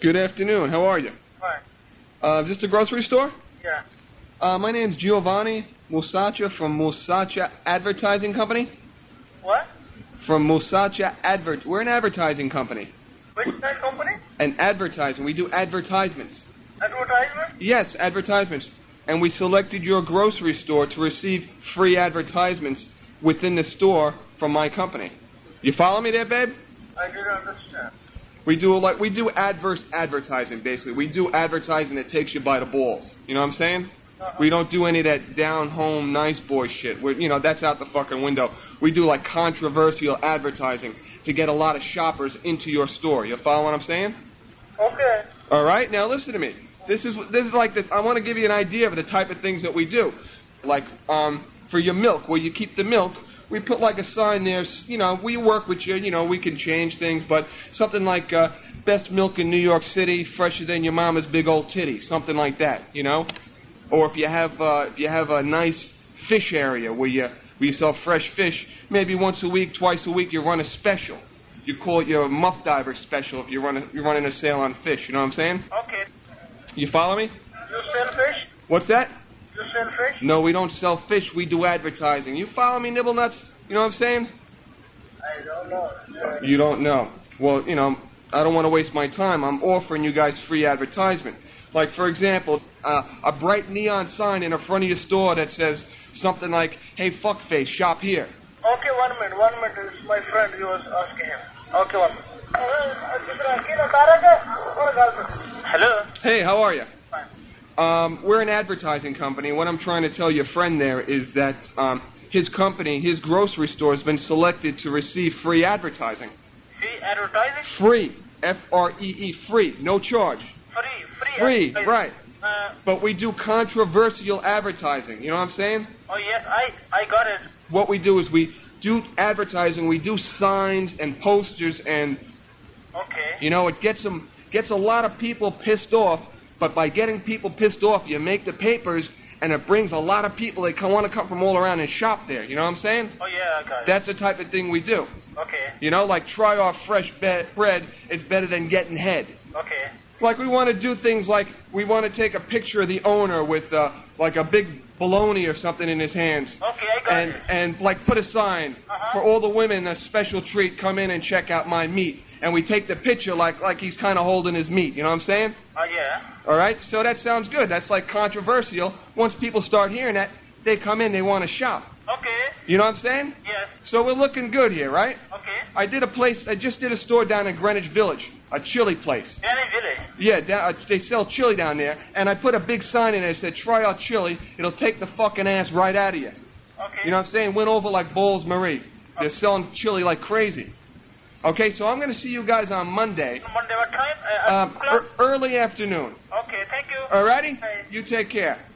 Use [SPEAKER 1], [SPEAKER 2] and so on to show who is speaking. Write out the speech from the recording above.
[SPEAKER 1] Good afternoon. How are you?
[SPEAKER 2] Hi.
[SPEAKER 1] Uh, is this the grocery store?
[SPEAKER 2] Yeah.
[SPEAKER 1] Uh, my name's Giovanni Musacha from Musacha Advertising Company.
[SPEAKER 2] What?
[SPEAKER 1] From Musacha Advert. We're an advertising company.
[SPEAKER 2] Which that company?
[SPEAKER 1] An advertising. We do advertisements.
[SPEAKER 2] Advertisement?
[SPEAKER 1] Yes, advertisements. And we selected your grocery store to receive free advertisements within the store from my company. You follow me there, babe?
[SPEAKER 2] I didn't understand.
[SPEAKER 1] We do a lot. We do adverse advertising, basically. We do advertising that takes you by the balls. You know what I'm saying? We don't do any of that down home nice boy shit. We're, you know, that's out the fucking window. We do like controversial advertising to get a lot of shoppers into your store. You follow what I'm saying?
[SPEAKER 2] Okay.
[SPEAKER 1] All right, now listen to me. This is this is like the, I want to give you an idea of the type of things that we do. Like um, for your milk, where you keep the milk, we put like a sign there. s- You know, we work with you. You know, we can change things, but something like uh, best milk in New York City, fresher than your mama's big old titty, something like that. You know, or if you have uh, if you have a nice fish area where you where you sell fresh fish, maybe once a week, twice a week, you run a special. You call it your muff diver special if you run a, you're running a sale on fish. You know what I'm saying?
[SPEAKER 2] Okay.
[SPEAKER 1] You follow me?
[SPEAKER 2] You sell fish?
[SPEAKER 1] What's that?
[SPEAKER 2] You sell fish?
[SPEAKER 1] No, we don't sell fish. We do advertising. You follow me, Nibble Nuts? You know what I'm saying?
[SPEAKER 2] I don't know. Yeah.
[SPEAKER 1] You don't know. Well, you know, I don't want to waste my time. I'm offering you guys free advertisement. Like, for example, uh, a bright neon sign in the front of your store that says something like, hey, fuckface, shop here.
[SPEAKER 2] Okay, one minute. One minute. It's my friend. He was asking him. Okay, one minute. Hello.
[SPEAKER 1] Hey, how are you?
[SPEAKER 2] Fine.
[SPEAKER 1] Um, we're an advertising company. What I'm trying to tell your friend there is that um, his company, his grocery store, has been selected to receive free advertising.
[SPEAKER 2] Free advertising?
[SPEAKER 1] Free. F R E E, free. No charge.
[SPEAKER 2] Free. Free.
[SPEAKER 1] Free,
[SPEAKER 2] advertising.
[SPEAKER 1] right.
[SPEAKER 2] Uh,
[SPEAKER 1] But we do controversial advertising. You know what I'm saying?
[SPEAKER 2] oh yes, I I got it.
[SPEAKER 1] What we do is we do advertising, we do signs and posters, and,
[SPEAKER 2] Okay.
[SPEAKER 1] you know, it gets, them, gets a lot of people pissed off. But by getting people pissed off, you make the papers, and it brings a lot of people that want to come from all around and shop there. You know what I'm saying?
[SPEAKER 2] Oh yeah, I got it.
[SPEAKER 1] That's the type of thing we do.
[SPEAKER 2] okay.
[SPEAKER 1] You know, like try our fresh be- bread is better than getting head.
[SPEAKER 2] Okay.
[SPEAKER 1] Like we want to do things like we want to take a picture of the owner with uh, like a big bologna or something in his hands,
[SPEAKER 2] Okay, I got
[SPEAKER 1] and
[SPEAKER 2] it.
[SPEAKER 1] and like put a sign
[SPEAKER 2] Uh-huh.
[SPEAKER 1] for all the women a special treat. Come in and check out my meat, and we take the picture like like he's kind of holding his meat. You know what I'm saying?
[SPEAKER 2] Oh yeah.
[SPEAKER 1] All right. So that sounds good. That's like controversial. Once people start hearing that, they come in. They want to shop.
[SPEAKER 2] Okay.
[SPEAKER 1] You know what I'm saying?
[SPEAKER 2] Yes.
[SPEAKER 1] So we're looking good here, right?
[SPEAKER 2] Okay.
[SPEAKER 1] I did a place. I just did a store down in Greenwich Village, a chili place.
[SPEAKER 2] Danny Village.
[SPEAKER 1] Yeah, down, uh, they sell chili down there, and I put a big sign in there that said, "Try our chili. It'll take the fucking ass right out of you."
[SPEAKER 2] Okay.
[SPEAKER 1] You know what I'm saying? Went over like Bowles Marie. They're selling chili like crazy. Okay, so I'm going to see you guys on Monday,
[SPEAKER 2] Monday what time? Uh,
[SPEAKER 1] um,
[SPEAKER 2] o'clock?
[SPEAKER 1] ear early afternoon.
[SPEAKER 2] okay, thank you.
[SPEAKER 1] Alrighty?
[SPEAKER 2] Right.
[SPEAKER 1] You take care.